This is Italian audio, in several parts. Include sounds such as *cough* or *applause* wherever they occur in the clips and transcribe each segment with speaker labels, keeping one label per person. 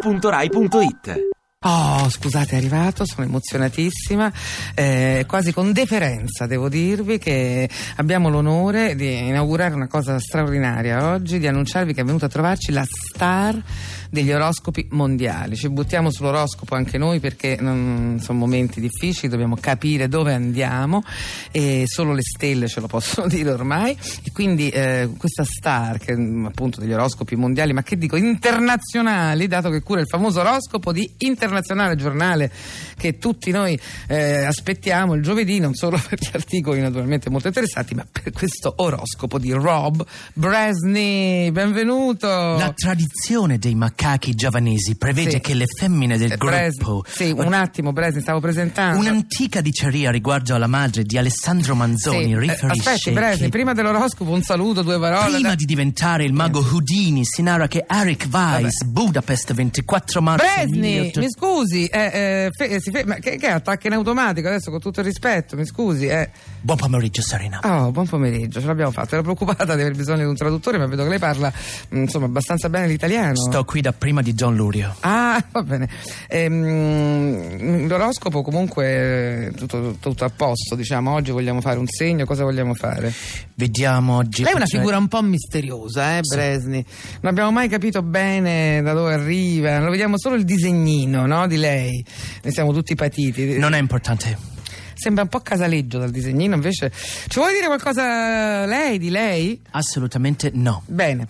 Speaker 1: radio2pod.rai.it
Speaker 2: Oh, scusate, è arrivato, sono emozionatissima, eh, quasi con deferenza devo dirvi che abbiamo l'onore di inaugurare una cosa straordinaria oggi, di annunciarvi che è venuta a trovarci la star degli oroscopi mondiali. Ci buttiamo sull'oroscopo anche noi perché non- sono momenti difficili, dobbiamo capire dove andiamo e solo le stelle ce lo possono *laughs* dire ormai e quindi eh, questa star che, mm, appunto degli oroscopi mondiali, ma che dico internazionali, dato che cura il famoso oroscopo di Internazionale Giornale che tutti noi eh, aspettiamo il giovedì, non solo *laughs* per gli articoli naturalmente molto interessanti, ma per questo oroscopo di Rob Bresni. Benvenuto.
Speaker 3: La tradizione dei macachi giavanesi prevede
Speaker 2: Sì. Ah.
Speaker 3: che le femmine del
Speaker 2: Eh, Bresni-
Speaker 3: gruppo
Speaker 2: Sì, un attimo Bresni, stavo presentando.
Speaker 3: Un'antica diceria riguardo alla madre di Alessandro Manzoni
Speaker 2: Sì, eh,
Speaker 3: riferisce
Speaker 2: aspetti Bresni,
Speaker 3: che
Speaker 2: prima dell'oroscopo un saluto, due parole.
Speaker 3: prima
Speaker 2: da-
Speaker 3: di diventare il mago Houdini si narra che Eric Weiss,
Speaker 2: Vabbè.
Speaker 3: Budapest 24 marzo
Speaker 2: Bresni,
Speaker 3: 1800
Speaker 2: mi scusi, eh, eh, fe- eh, si fe- ma che, che è attacca in automatico adesso con tutto il rispetto, mi scusi. Eh.
Speaker 3: Buon pomeriggio Serena
Speaker 2: Oh, buon pomeriggio, ce l'abbiamo fatta. Ero preoccupata di aver bisogno di un traduttore, ma vedo che lei parla mh, insomma abbastanza bene l'italiano.
Speaker 3: Sto qui da prima di John Lurio
Speaker 2: Ah, *laughs* va bene. Ehm, l'oroscopo comunque è tutto, tutto a posto, diciamo. Oggi vogliamo fare un segno, cosa vogliamo fare?
Speaker 3: Vediamo oggi
Speaker 2: Lei è una
Speaker 3: cioè-
Speaker 2: figura un po' misteriosa, eh, Bresni. Non abbiamo mai capito bene da dove arriva. Lo vediamo solo il disegnino, no, di lei. Ne siamo tutti patiti.
Speaker 3: Non è importante
Speaker 2: Sembra un po' casaleggio dal disegnino, invece. Ci vuole dire qualcosa lei, di lei?
Speaker 3: Assolutamente no
Speaker 2: Bene,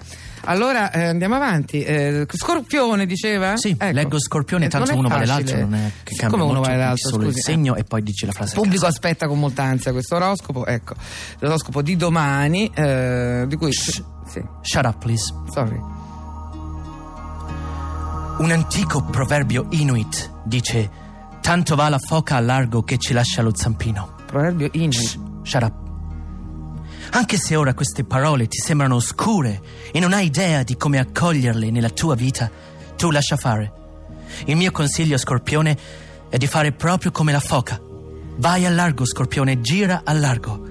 Speaker 2: allora eh, andiamo avanti. Eh, scorpione diceva?
Speaker 3: Sì,
Speaker 2: Ecco.
Speaker 3: leggo Scorpione,
Speaker 2: Eh,
Speaker 3: tanto
Speaker 2: non è
Speaker 3: uno vale
Speaker 2: facile.
Speaker 3: l'altro, non è che cambia
Speaker 2: Come uno
Speaker 3: molto,
Speaker 2: vale l'altro?
Speaker 3: solo
Speaker 2: Scusi,
Speaker 3: il
Speaker 2: eh.
Speaker 3: segno e poi dici la frase.
Speaker 2: Il
Speaker 3: a
Speaker 2: pubblico
Speaker 3: caso.
Speaker 2: aspetta con molta ansia questo oroscopo, ecco, l'oroscopo di domani, eh, di cui...
Speaker 3: Shh.
Speaker 2: Sì,
Speaker 3: Shut up, please.
Speaker 2: sorry.
Speaker 3: Un antico proverbio inuit dice: Tanto va la foca a largo che ci lascia lo zampino.
Speaker 2: Proverbio in...
Speaker 3: Shh, shut up. Anche se ora queste parole ti sembrano oscure e non hai idea di come accoglierle nella tua vita, tu lascia fare. Il mio consiglio, Scorpione, è di fare proprio come la foca. Vai al largo, Scorpione, gira al largo.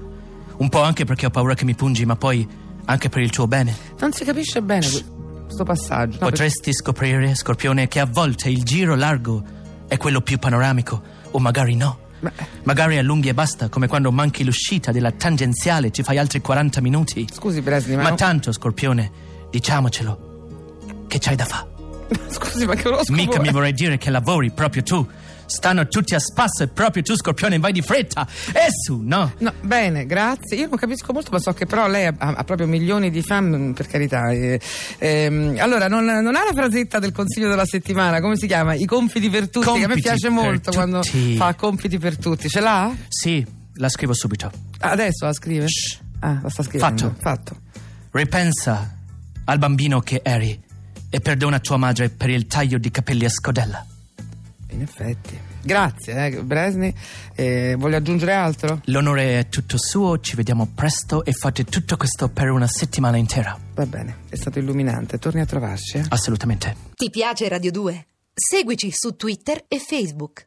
Speaker 3: Un po' anche perché ho paura che mi pungi, ma poi anche per il tuo bene.
Speaker 2: Non si capisce bene que- questo passaggio. No,
Speaker 3: Potresti scoprire, Scorpione, che a volte il giro largo è quello più panoramico, o magari no.
Speaker 2: Ma-
Speaker 3: Magari allunghi e basta, come quando manchi l'uscita della tangenziale, ci fai altri 40 minuti.
Speaker 2: Scusi Bresni, ma...
Speaker 3: Ma
Speaker 2: no-
Speaker 3: tanto, Scorpione, diciamocelo, che c'hai da fa?
Speaker 2: *laughs* Scusi, ma che oroscopo
Speaker 3: Mica
Speaker 2: è?
Speaker 3: mi vorrei dire che lavori proprio tu. Stanno tutti a spasso e proprio tu, Scorpione, vai di fretta. E su, no?
Speaker 2: No, bene, grazie. Io non capisco molto, ma so che però lei ha, ha proprio milioni di fan, mm, per carità. eh. Ehm, allora, non, non ha la frasetta del consiglio della settimana, come si chiama? I confiti per tutti, che a me
Speaker 3: Compiti
Speaker 2: piace
Speaker 3: per
Speaker 2: molto quando
Speaker 3: tutti.
Speaker 2: fa compiti per tutti. Ce l'ha?
Speaker 3: Sì, la scrivo subito.
Speaker 2: Adesso la scrive?
Speaker 3: Shh.
Speaker 2: Ah, la sta scrivendo.
Speaker 3: Fatto.
Speaker 2: Fatto.
Speaker 3: Ripensa al bambino che eri e perdona tua madre per il taglio di capelli a scodella.
Speaker 2: In effetti. Grazie, eh, Bresni. Eh, voglio aggiungere altro?
Speaker 3: L'onore è tutto suo, ci vediamo presto e fate tutto questo per una settimana intera.
Speaker 2: Va bene, è stato illuminante. Torni a trovarci. eh.
Speaker 3: Assolutamente.
Speaker 4: Ti piace Radio 2? Seguici su Twitter e Facebook.